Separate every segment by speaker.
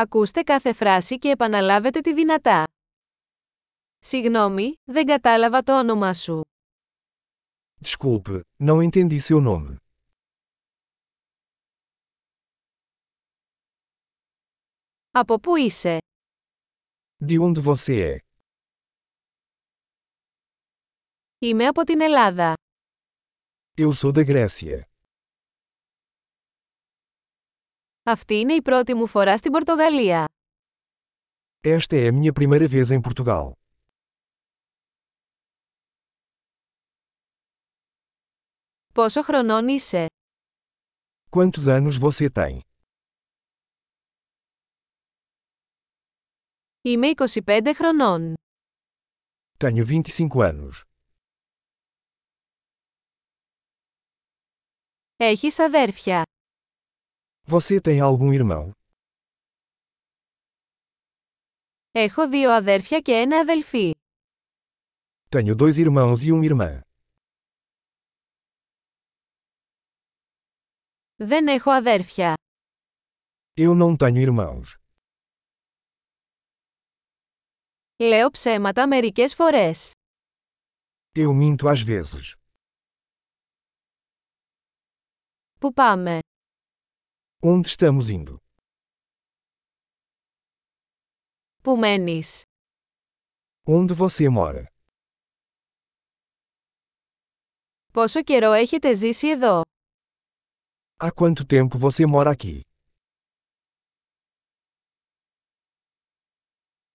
Speaker 1: Ακούστε κάθε φράση και επαναλάβετε τη δυνατά. Συγγνώμη, δεν κατάλαβα το όνομά σου.
Speaker 2: Desculpe, não entendi seu nome.
Speaker 1: Από πού είσαι?
Speaker 2: De onde você é?
Speaker 1: Είμαι από την Ελλάδα.
Speaker 2: Eu sou da Grécia.
Speaker 1: Αυτή είναι η πρώτη μου φορά στην Πορτογαλία.
Speaker 2: Esta é a minha primeira vez em Portugal.
Speaker 1: Πόσο χρονών είσαι?
Speaker 2: Quantos anos você tem?
Speaker 1: Είμαι 25 χρονών.
Speaker 2: Tenho 25 anos.
Speaker 1: Έχεις αδέρφια.
Speaker 2: Você tem algum irmão?
Speaker 1: Έχω δύο αδέρφια και ένα αδελφή.
Speaker 2: Tenho dois irmãos e uma irmã.
Speaker 1: Δεν έχω αδέρφια.
Speaker 2: Eu não tenho irmãos.
Speaker 1: Λέω ψέματα μερικές φορές.
Speaker 2: Eu minto às vezes.
Speaker 1: Πού πάμε?
Speaker 2: Onde estamos indo?
Speaker 1: Πού μένεις?
Speaker 2: Onde você mora?
Speaker 1: Πόσο καιρό έχετε ζήσει εδώ?
Speaker 2: Há quanto tempo você mora aqui?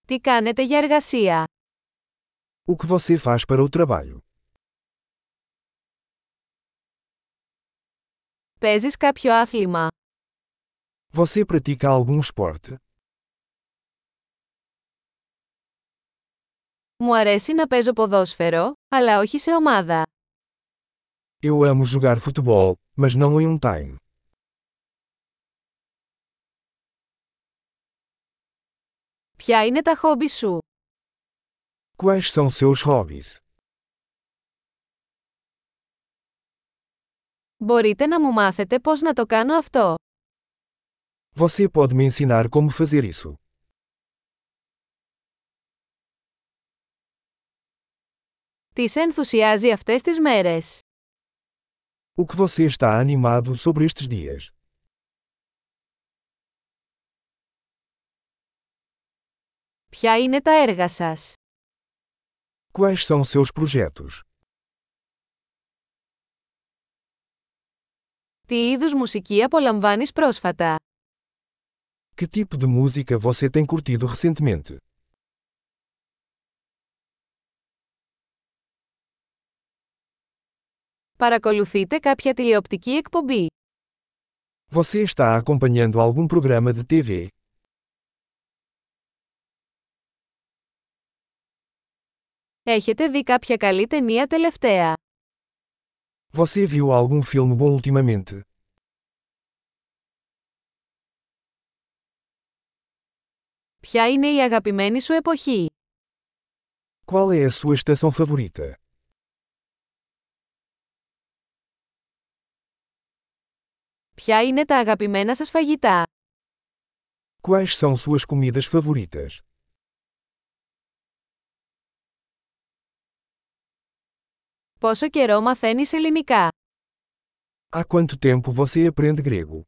Speaker 1: Τι κάνετε για εργασία?
Speaker 2: O que você faz para o trabalho?
Speaker 1: Παίζεις κάποιο άθλημα?
Speaker 2: Você pratica algum esporte?
Speaker 1: Μου αρέσει να παίζω ποδόσφαιρο, αλλά όχι σε ομάδα.
Speaker 2: Eu amo jogar futebol, mas não em um time.
Speaker 1: Ποια είναι τα χόμπι σου?
Speaker 2: Quais são seus hobbies?
Speaker 1: Μπορείτε να μου μάθετε πώς να το κάνω αυτό.
Speaker 2: Você pode me ensinar como fazer isso?
Speaker 1: Τι σε ενθουσιάζει αυτές τις μέρες?
Speaker 2: O que você está animado sobre estes dias?
Speaker 1: Ποια είναι τα έργα σας?
Speaker 2: Quais são seus projetos?
Speaker 1: Τι είδους μουσική απολαμβάνεις πρόσφατα?
Speaker 2: Que tipo de música você tem curtido recentemente?
Speaker 1: Παρακολουθείτε κάποια τηλεοπτική εκπομπή.
Speaker 2: Você está acompanhando algum programa de TV?
Speaker 1: Έχετε δει κάποια καλή ταινία τελευταία.
Speaker 2: Você viu algum filme bom ultimamente?
Speaker 1: Ποια είναι η αγαπημένη σου εποχή?
Speaker 2: Qual é a sua estação favorita?
Speaker 1: Ποια είναι τα αγαπημένα σας φαγητά?
Speaker 2: Quais são suas comidas favoritas?
Speaker 1: Πόσο καιρό μαθαίνεις ελληνικά?
Speaker 2: Há quanto tempo você aprende grego?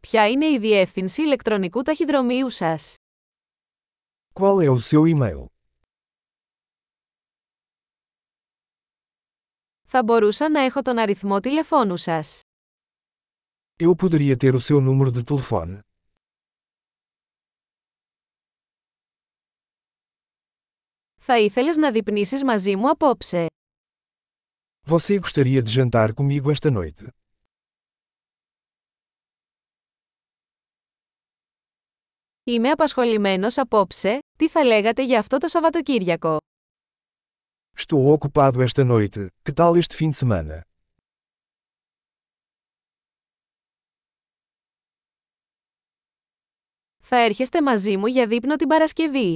Speaker 1: Ποια είναι η διεύθυνση ηλεκτρονικού ταχυδρομείου σας?
Speaker 2: Qual é o seu e-mail?
Speaker 1: Θα μπορούσα να έχω τον αριθμό τηλεφώνου σας.
Speaker 2: Eu poderia ter o seu número de telefone?
Speaker 1: Θα ήθελες να δείπνήσεις μαζί μου απόψε.
Speaker 2: Você gostaria de jantar comigo esta noite?
Speaker 1: Είμαι απασχολημένος απόψε, τι θα λέγατε για αυτό το Σαββατοκύριακο.
Speaker 2: Estou ocupado esta noite, que tal este fim de semana?
Speaker 1: Θα έρχεστε μαζί μου για δείπνο την Παρασκευή.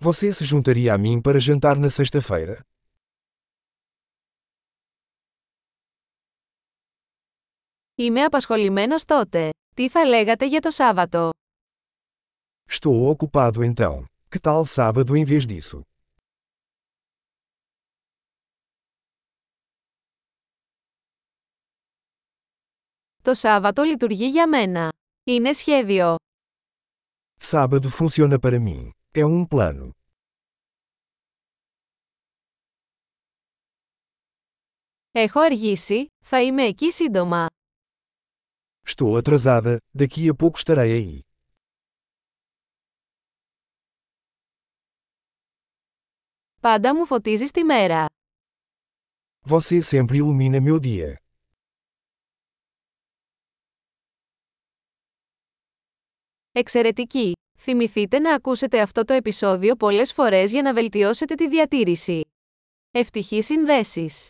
Speaker 2: Você se juntaria a mim para jantar na sexta-feira?
Speaker 1: Είμαι απασχολημένος τότε. Τι θα λέγατε για το Σάββατο.
Speaker 2: Estou ocupado então. Que tal sábado em vez disso?
Speaker 1: Το Σάββατο λειτουργεί για μένα. Είναι σχέδιο.
Speaker 2: Sábado funciona para mim. É um plano.
Speaker 1: Έχω αργήσει, θα είμαι εκεί σύντομα.
Speaker 2: Estou atrasada, daqui a pouco estarei aí.
Speaker 1: Πάντα μου φωτίζεις τη μέρα.
Speaker 2: Você sempre ilumina meu dia.
Speaker 1: Εξαιρετική! Θυμηθείτε να ακούσετε αυτό το επεισόδιο πολλές φορές για να βελτιώσετε τη διατήρηση. Ευτυχή συνδέσεις!